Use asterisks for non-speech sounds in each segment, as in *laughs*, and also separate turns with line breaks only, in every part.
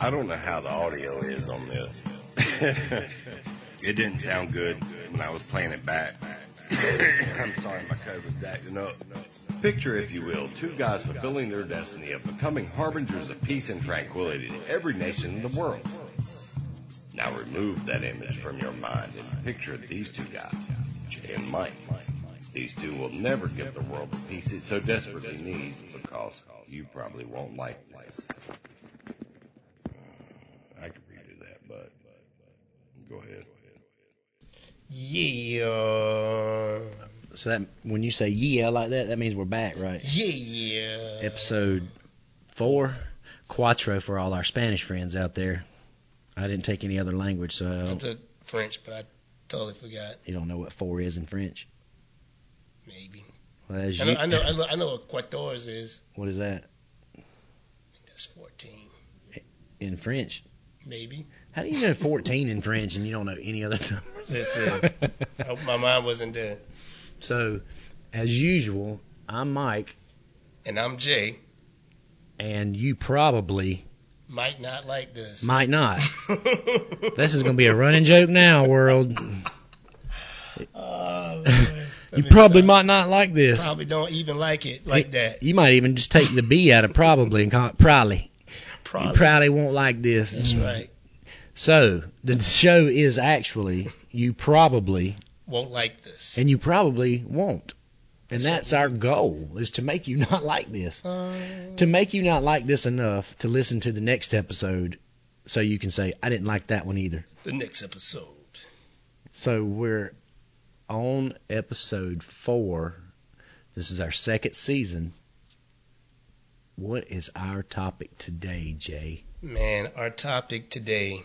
I don't know how the audio is on this. *laughs* it didn't sound good when I was playing it back. *coughs* I'm sorry, my COVID's acting up. Picture, if you will, two guys fulfilling their destiny of becoming harbingers of peace and tranquility to every nation in the world. Now remove that image from your mind and picture these two guys, Jay and Mike. These two will never give the world the peace it so desperately needs because you probably won't like this. I could redo that, but go ahead.
Yeah.
So that when you say yeah like that, that means we're back, right?
Yeah.
Episode four, cuatro for all our Spanish friends out there. I didn't take any other language, so I
I
don't,
took French, but I totally forgot.
you don't know what four is in French.
Maybe.
Well, as
I
you-
know, I know, I know, I know what quatorze is.
*laughs* What is that
I think that's 14.
in French?
Maybe.
How do you know fourteen in French and you don't know any other numbers? *laughs*
Listen, I hope my mind wasn't there.
so, as usual, I'm Mike,
And I'm Jay.
and you probably
Might not like this. *laughs*
might not. This is gonna be a running joke now, world.
Oh, man.
*laughs* You probably
Stop.
might not like this.
Probably don't even like it like that.
You might even just take the B out of probably and call it probably.
Probably.
You probably won't like this. Mm.
That's right.
So the show is actually you probably
Won't like this.
and you probably won't.
That's
And that's, our goal is to make you *laughs* not like this.
Uh,
To make you not like this enough to listen to the next episode so you can say, I didn't like that one either.
the next episode.
So we're on episode four. This is our second season. What is our topic today, Jay?
Man, our topic today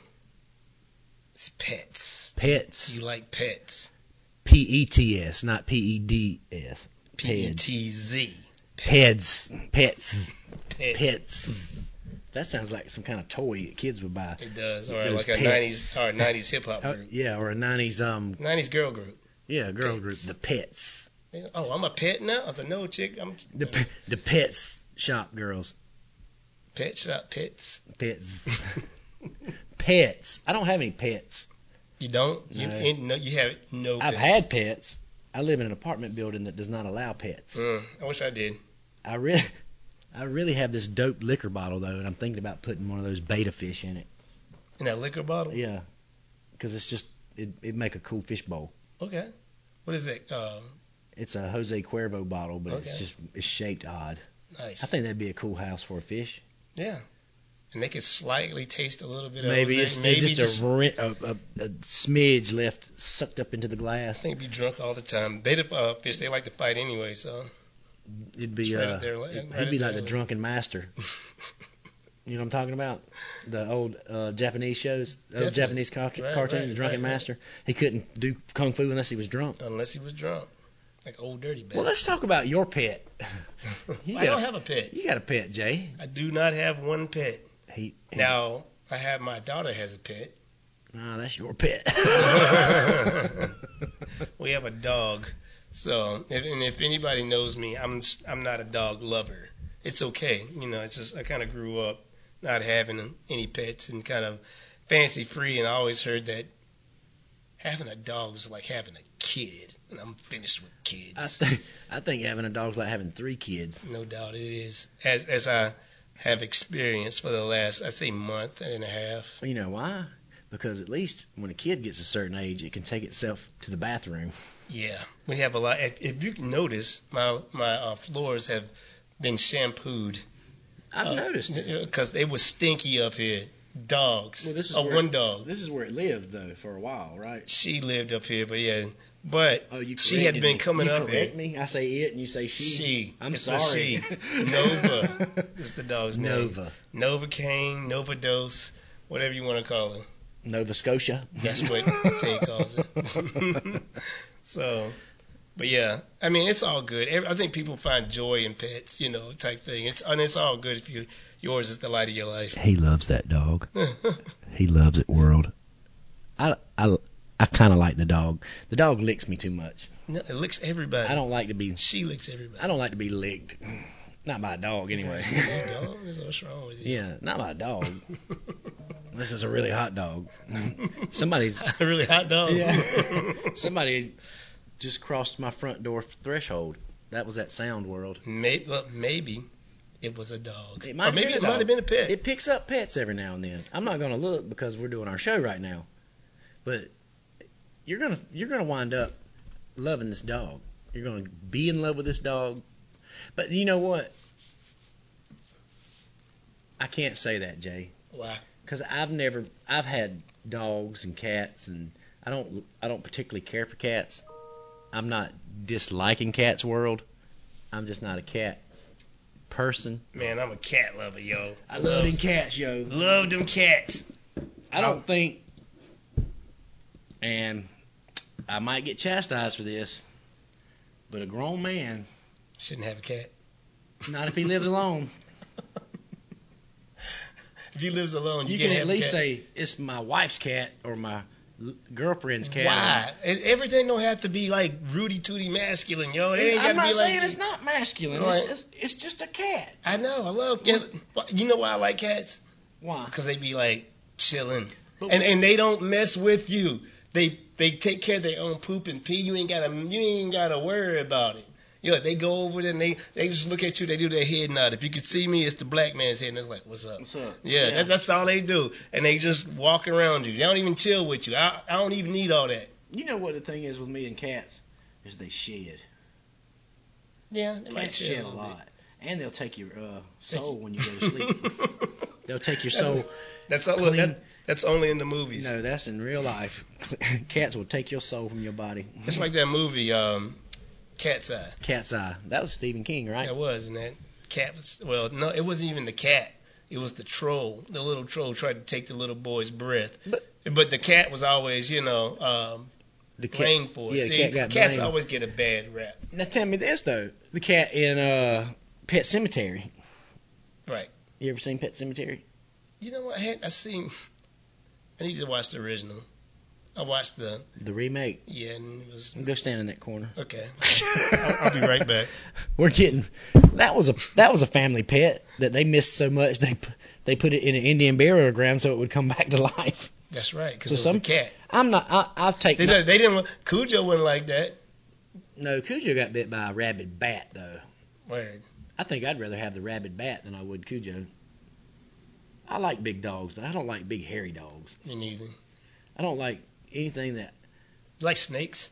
is pets.
Pets.
You like pets?
P E T S, not P E D S.
P E T Z.
Peds. Pets.
Pets.
Pets. That sounds like some kind of toy that kids would buy.
It does. Or
Those
like a
pets.
nineties or nineties hip hop
Oh,
group.
yeah, or a nineties um
Nineties girl group.
yeah, girl
Pets.
group. The pets.
They- Oh, I'm a pet now? I was like, no chick, I'm
The p- the pets shop girls.
pet shop
*laughs*
pets.
Pets. pets. I don't have any pets.
You don't? You
No.
ain't no you have no
I've
pets.
had pets. I live in an apartment building that does not allow pets.
Mm, I wish I did.
I really, I really have this dope liquor bottle though, and I'm thinking about putting one of those beta fish in it.
In that liquor bottle?
Yeah, because it's just it it make a cool fish bowl.
Okay. What is it? Um,
It's a Jose Cuervo bottle, but it's
Okay.
just it's shaped odd.
nice.
I think that'd be a cool house for a fish.
Yeah. And they could slightly taste a little bit of
Maybe
Jose.
it's there's just, a, ri- a, a a smidge left sucked up into the
I
glass.
think be drunk all the time. They the uh, fish they like to fight anyway, so
It'd
It's
be
right
uh,
up there, like-
it'd
right up
be
there
like the
with-
drunken master.
*laughs*
You know what I'm talking about? The old uh, Japanese shows, old
Definitely.
Japanese cart-
Right,
cartoon,
right,
The Drunken
right, right.
Master. He couldn't do kung fu unless he was drunk.
unless he was drunk, like old dirty bag. *laughs*
Well, let's talk about your pet. you
I
got
don't
a-
have a pet.
You got a pet, Jay?
I do not have one pet.
He, he-
Now I have my daughter has a pet.
nah, that's
*laughs*
your pet. *laughs*
We have a dog. So if, and if anybody knows me, I'm s- I'm not a dog lover. It's okay, you know. It's just I kind of grew up not having any pets and kind of fancy free, and I always heard that having a dog was like having a kid, and I'm finished with kids.
I think I think having a dog's like having three kids.
No doubt it is. As as I have experienced for the last I say month and a half.
You know why? Because at least when a kid gets a certain age, it can take itself to the bathroom.
Yeah, we have a lot. If, if you can notice, my my uh, floors have been shampooed Uh,
I've noticed. it.
because they were stinky up here. Dogs.
Well, this is
uh,
where-
one dog.
This is where it lived though for a while, right?
She lived up here, but yeah, but
Oh, you
she had
corrected
been
me.
coming
you
up
correct
here.
me. I say it and you say she.
She.
I'm
It's a
sorry. *laughs*
she. Nova is the dog's name.
Nova.
Nova Cane, Nova Dose, whatever you want to call her.
Nova Scotia.
That's
*laughs*
what Tay calls it. so, but yeah, I mean, it's all good. Every- I think people find joy in pets, you know, type thing. It's and it's all good if you yours is the light of your life. *laughs*
He loves that dog. He loves it, world. I, I, I kind of like the dog. The dog licks me too much.
No, it licks everybody.
I don't like to be.
She licks
*laughs*
everybody.
I don't like to be licked. Not by a dog, anyway. *laughs*
You don't. There's What's wrong with you?
yeah, not by a dog. This is a really hot dog.
*laughs*
Somebody's
really hot dog. *laughs*
yeah. Somebody just crossed my front door threshold. That was that sound world.
maybe, look, maybe it was a dog.
It might have
or maybe
been a
it might
dog.
have been a pet.
It picks up pets every now and then. I'm not going to look because we're doing our show right now, but you're gonna you're gonna wind up loving this dog. You're going to be in love with this dog. But you know what? I can't say that, Jay,
Why?
because I've never I've had dogs and cats, and I don't I don't particularly care for cats. I'm not disliking cats world. I'm just not a cat person.
Man, I'm a cat lover, yo.
I love them cats, yo.
Love them cats.
I don't think, and I might get chastised for this, but a grown man,
Shouldn't have a cat.
not if
*laughs*
he lives alone,
If he lives alone, you,
you can
can't have
at least
a cat.
say it's my wife's cat or my l- girlfriend's cat.
Why? And everything don't have to be like Rudy Tooty masculine, yo. It ain't
I'm
gotta
not
be
saying
like.
it's not masculine.
Right.
It's, it's, it's just a cat.
I know. I love cat. You know why I like cats?
Why?
Cause they be like chilling,
But-
and and they don't mess with you. They they take care of their own poop and pee. You ain't gotta you ain't gotta worry about it. You know, they go over there and they they just look at you. They do their head nod. If you could see me, it's the black man's head, and it's like, what's up?
What's up?
Yeah, That, that's all they do, and they just walk around you. They don't even chill with you. I I don't even need all that.
you know what the thing is with me and cats is they shed.
Yeah, they might
Cats
chill
shed a
little bit.
lot, and they'll take your *laughs* uh, soul when you go to sleep.
*laughs*
they'll take your
That's
soul.
That's all. Look,
Clean.
that, that's only in the movies.
No, that's in real life. *laughs* Cats will take your soul from your body.
It's like that movie, um, Cat's Eye.
Cat's Eye. That was Stephen King, right?
That was, and that cat was. Well, no, it wasn't even the cat. It was the troll. The little troll tried to take the little boy's breath.
But-
But, the cat was always, you know, um,
The cat.
blamed for it.
yeah, the
See,
cat got
cats
blamed.
always get a bad rap.
Now tell me this though: the cat in uh, Pet Cemetery.
Right.
You ever seen Pet Cemetery?
You know what? I, had, I seen. I need to watch the original. I watched the
The remake.
yeah, and it was
Go stand in that corner.
okay. *laughs* I'll, I'll be right
*laughs*
back.
We're getting. That was a that was a family pet that they missed so much they p- they put it in an Indian burial ground so it would come *laughs* back to life.
That's right, because
So
it was
some-
a
*laughs*
cat.
I'm not. I, I've
They,
taken.
don't- they didn't. want- Cujo wasn't like that.
no, Cujo got bit by a rabid bat though.
Word.
I think I'd rather have the rabid bat than I would Cujo. I like big dogs, but I don't like big hairy dogs.
Me neither.
I don't like anything that
Like snakes.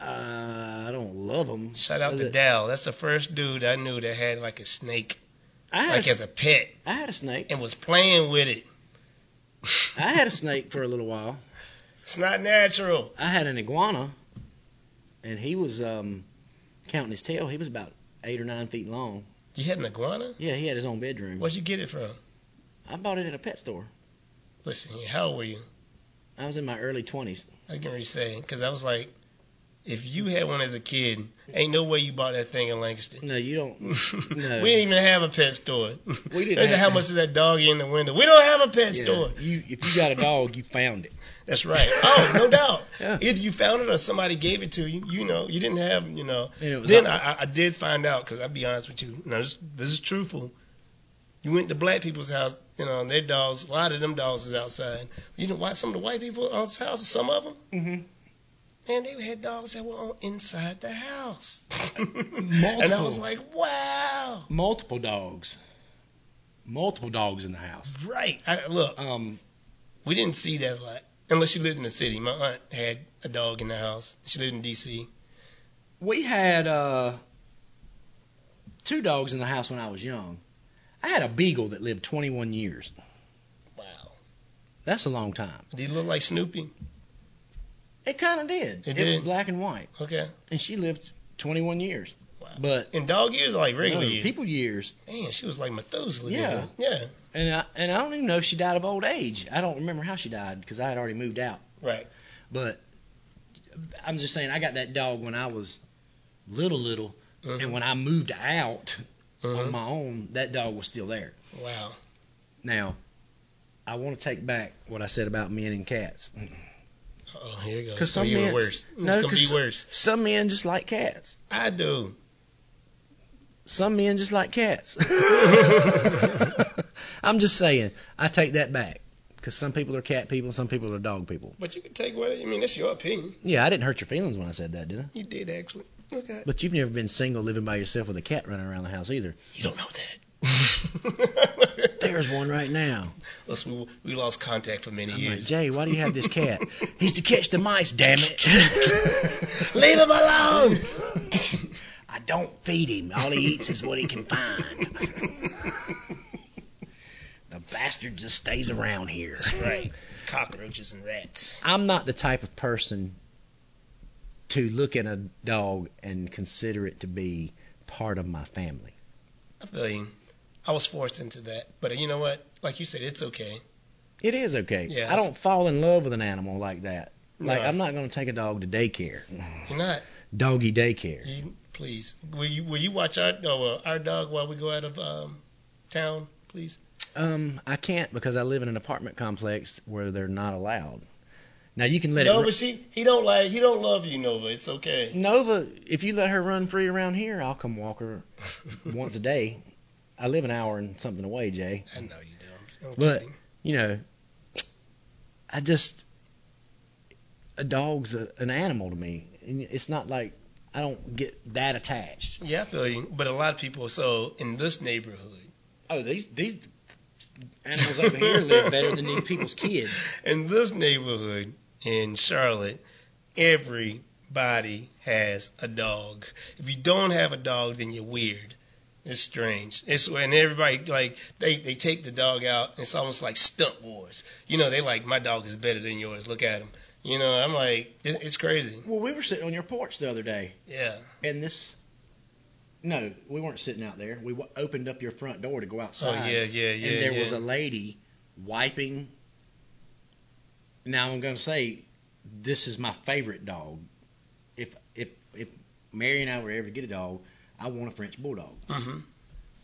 uh, I don't love them.
Shout out to Dal. That's the first dude I knew that had like a snake,
I had,
like
a,
as
s-
a pet,
I had a snake.
and was playing with it.
I had a snake for a little while.
It's not natural.
I had an iguana, and he was um, counting his tail. He was about eight or nine feet long.
You had an iguana?
Yeah, he had his own bedroom.
Where'd you get it from?
I bought it at a pet store.
Listen, here, how old were you?
I was in my early twenties.
I was gonna say because I was like, if you had one as a kid, ain't no way you bought that thing in Langston.
No, you
*laughs*
don't.
we didn't even have a pet store.
We didn't
There's a-
have-
how much is that doggy in the window? We don't have a pet
Yeah,
store.
you if you got a dog, you found it.
That's right. Oh, no doubt.
*laughs* Yeah.
Either you found it or somebody gave it to you. You know, you didn't have, you know.
And it was
Then I, I- I did find out because I'll be honest with you. Now this, this is truthful. You went to black people's house, you know, and their dogs. A lot of them dogs is outside. You know why some of the white people on this house, some of them,
Mm-hmm.
man, they had dogs that were on inside the house. *laughs* and I
Multiple.
was like, wow,
multiple dogs, multiple dogs in the house.
right. I, look,
Um,
we didn't see that a lot unless you lived in the city. My aunt had a dog in the house. She lived in D.C.
we had uh, two dogs in the house when I was young. I had a beagle that lived 21 years.
Wow.
That's a long time.
Did he look like Snoopy?
It kind of did.
It
was
did.
black and white,
Okay.
and she lived 21 years.
Wow.
But
In dog years, or like regular
no,
years.
people years,
Man, she was like Methuselah.
Yeah.
Yeah. Yeah.
and I, and I don't even know if she died of old age. I don't remember how she died because I had already moved out.
Right.
But I'm just saying, I got that dog when I was little, little,
Mhm.
and when I moved out, on
Mhm.
my own, that dog was still there.
Wow.
Now, I want to take back what I said about men and cats.
Oh, here it goes.
'Cause
It's
some
gonna be
men-
worse.
no,
it's gonna
'cause-
be worse.
Some men just like cats.
I do.
*laughs* Some men just like cats. I'm just saying, I take that back because some people are cat people, some people are dog people.
But you can take what I mean. That's your opinion.
Yeah, I didn't hurt your feelings when I said that, did I?
You did actually. Okay.
But you've never been single living by yourself with a cat running around the house either.
You don't know *laughs* that.
There's one right *laughs* now.
Unless we we lost contact for many
I'm like,
years.
Jay, why do you have this cat? *laughs* He's to catch the mice, damn it.
*laughs*
*laughs*
Leave him alone.
I don't feed him. All he eats is what he can *laughs* find. The bastard just stays around here.
right. Cockroaches and rats.
I'm not the type of person to look at a dog and consider it to be part of my family.
I feel you. I was forced into that, but you know what? Like you said, it's okay.
It is okay.
Yes.
I don't fall in love with an animal like that. Like
No,
I'm not going to take a dog to daycare,
you're not.
doggy daycare.
You please. Will you will you watch our oh, uh, our dog while we go out of um, town, please?
Um, I can't because I live in an apartment complex where they're not allowed. Now you can let
no,
it.
but she he don't like he don't love you, Nova. It's okay.
Nova, if you let her run free around here, I'll come walk her *laughs* once a day. I live an hour and something away, Jay.
I know you do. I'm, I'm
But-
kidding.
You know, I just a dog's a, an animal to me. And It's not like I don't get that attached.
Yeah, I feel you. But a lot of people, so in this neighborhood,
Oh, these these animals over here live better than these people's kids.
*laughs* in this neighborhood in Charlotte, everybody has a dog. If you don't have a dog, then you're weird. It's strange. It's when everybody like they they take the dog out. It's almost like stunt wars. You know, they like my dog is better than yours. Look at him. You know, I'm like it's, it's crazy.
Well, we were sitting on your porch the other day,
Yeah.
and this. No, we weren't sitting out there. We w- opened up your front door to go
Oh
outside.
yeah, yeah, yeah.
and there
yeah.
was a lady wiping. Now I'm going to say, this is my favorite dog. If if if Mary and I were ever to get a dog, I want a French bulldog.
hmm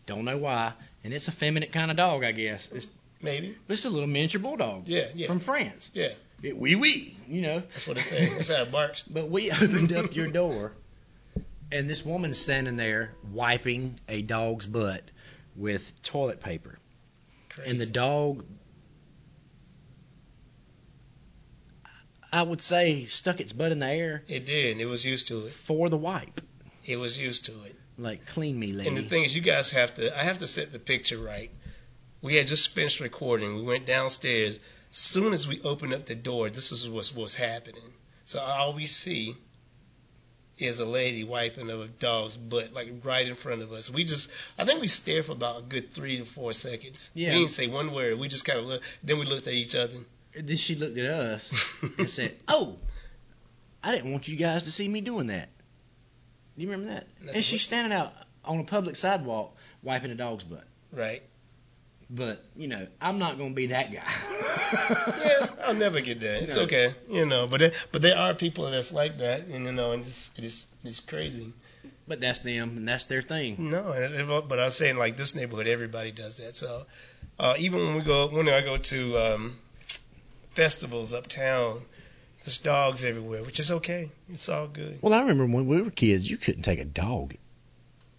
Don't know why, and it's a feminine kind of dog, I guess. It's
maybe.
it's a little miniature bulldog
Yeah, yeah.
from France.
Yeah.
it wee wee, you know.
That's what it says. That's how it
*laughs*
barks.
But we opened up your door, and this woman's standing there wiping a dog's butt with toilet paper.
Crazy.
and the dog I would say stuck its butt in the air
it did. It was used to it.
for the wipe.
It was used to it.
Like clean me lady.
And the thing is, you guys have to. I have to set the picture right. We had just finished recording. We went downstairs. Soon as we opened up the door, this is what's what's happening. So all we see is a lady wiping a dog's butt, like right in front of us. We just, I think we stared for about a good three to four seconds.
Yeah.
We didn't say one word. We just kind of looked. Then we looked at each other.
then she looked at us *laughs* and said, "Oh, I didn't want you guys to see me doing that." Do you remember that?
That's
and she's
what-
standing out on a public sidewalk wiping a dog's butt.
right?
But you know, I'm not gonna be that guy.
Yeah, I'll never get that. It's
No.
okay, you know. But there, but there are people that's like that, and you know, and it's it's it's crazy.
But that's them and that's their thing.
No, and it- but I was saying like this neighborhood, everybody does that. So uh, even when we go, when I go to um, festivals uptown, there's dogs everywhere, which is okay. It's all good,
Well, I remember when we were kids, you couldn't take a dog.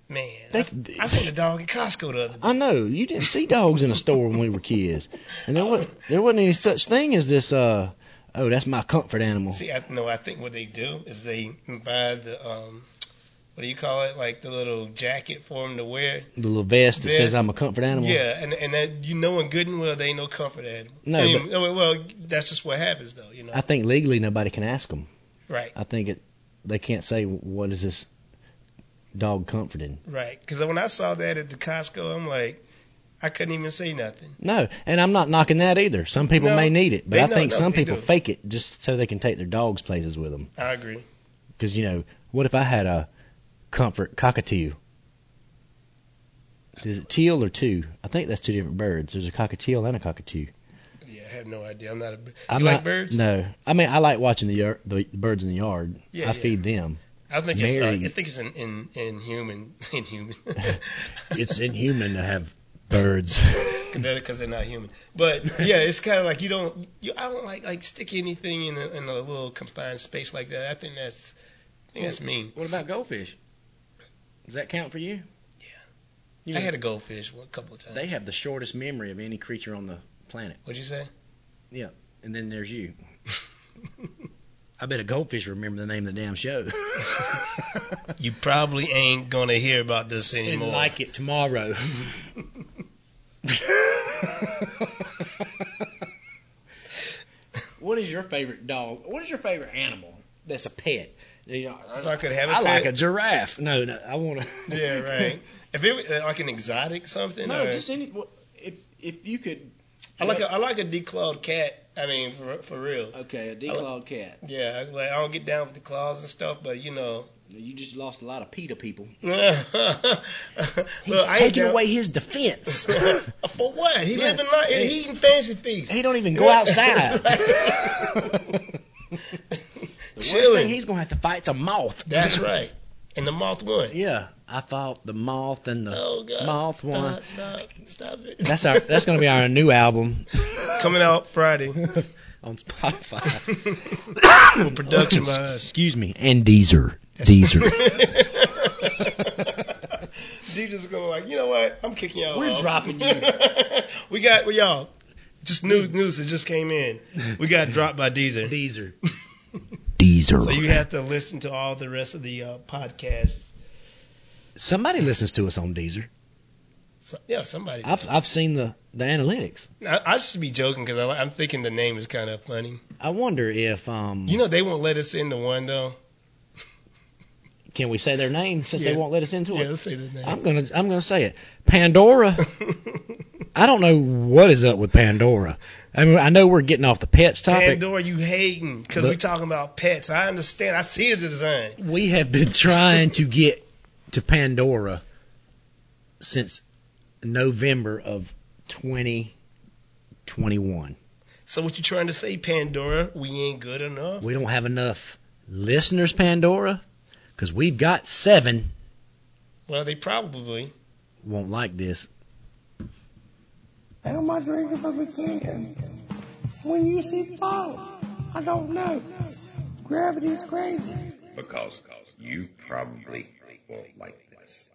man. I,
That's-
I seen a dog at Costco the other day.
I know you didn't see dogs in a store when we were kids, and there was there wasn't any such thing as this. Uh, oh, that's my comfort animal.
See, I no, I think what they do is they buy the um, what do you call it? Like the little jacket for them to wear.
The little vest that says
Vest.
I'm a comfort animal.
Yeah, and and that you know, and good and well, they ain't no comfort animal.
No,
I mean, well, well, that's just what happens though, you know.
I think legally nobody can ask them.
right,
I think it they can't say what is this dog comforting.
right. Because when I saw that at the Costco, I'm like, I couldn't even say nothing.
No, and I'm not knocking that either. Some people
No,
may need it, but
they-
I
no,
think
no,
some
they
people
do.
fake it just so they can take their dogs places with them.
I agree.
Because you know, what if I had a comfort cockatoo? Is it teal or two? I think that's two different birds. There's a cockatiel and a cockatoo.
Yeah, I have no idea. I'm not a. bir- You
I'm
like
not-
birds?
No, I mean I like watching the, yard, the the birds in the yard.
Yeah,
I
yeah.
feed them.
I think it's. Uh,
Mary.
I think it's in in in human *laughs* in human.
*laughs* It's inhuman to have birds.
*laughs* because they're not human. But yeah, it's kind of like you don't. You, I don't like like stick anything in a, in a little confined space like that. I think that's. I think that's mean.
What about goldfish? Does that count for you? You
I
know,
had a goldfish a couple of times.
they have the shortest memory of any creature on the planet.
What'd you say?
And then there's you. I bet a goldfish remember the name of the damn show.
*laughs* you probably ain't gonna hear about this
and
anymore.
like
*laughs*
it tomorrow. what is your favorite dog? What is your favorite animal that's a pet? You know,
If I could have a
I like a
pet-
giraffe. No, no, I want to.
*laughs* yeah, right. If it was uh, like an exotic something,
*laughs* no,
or-
just any. wha- If if you could.
I like a, I like a declawed cat. I mean, for for real.
Okay, a declawed cat.
Yeah, I- like I don't get down with the claws and stuff, but you know. *laughs*
You just lost a lot of PETA people. He's
Look, I ain't
taking
down-
away his defense.
for what? He
Yeah.
living life.
Hey.
*laughs* He eating fancy feast.
he don't even
*laughs*
go outside. the worst
Chilling.
thing he's gonna have to fight's a moth.
That's right. And the moth won.
Yeah, I thought the moth and the
Oh God.
moth
stop,
won.
Stop. Stop it.
That's
*laughs*
our. That's gonna be our new album
coming out
*laughs*
Friday.
on Spotify.
Production by us.
Excuse me, and Deezer. Deezer.
DJ's gonna like, you know what? I'm kicking y'all.
We're
off."
dropping you.
*laughs* we got well, y'all. Just news news that just came in. We got dropped by
*laughs*
Deezer.
Deezer.
So you have to listen to all the rest of the uh, podcasts.
Somebody listens to us on Deezer.
So, yeah, somebody. I,
I've I've seen the the analytics.
I should be joking because I'm thinking the name is kind of funny.
I wonder if um.
You know they won't let us into one though.
can we say their name since
Yeah.
they won't let us into
Yeah,
it?
let's say the name.
I'm gonna I'm gonna say it. Pandora.
*laughs*
I don't know what is up with Pandora. I mean, I know we're getting off the pets topic.
Pandora, you hating because
But-
we talking about pets. I understand. I see the design.
we have been trying to get to Pandora since November of 2021.
So what you trying to say, Pandora? We ain't good enough.
We don't have enough listeners, Pandora, because we've got seven.
Well, they probably.
Won't like this.
Am I drinking from a can? When you see fire, I don't know. Gravity's crazy.
Because you probably won't like this.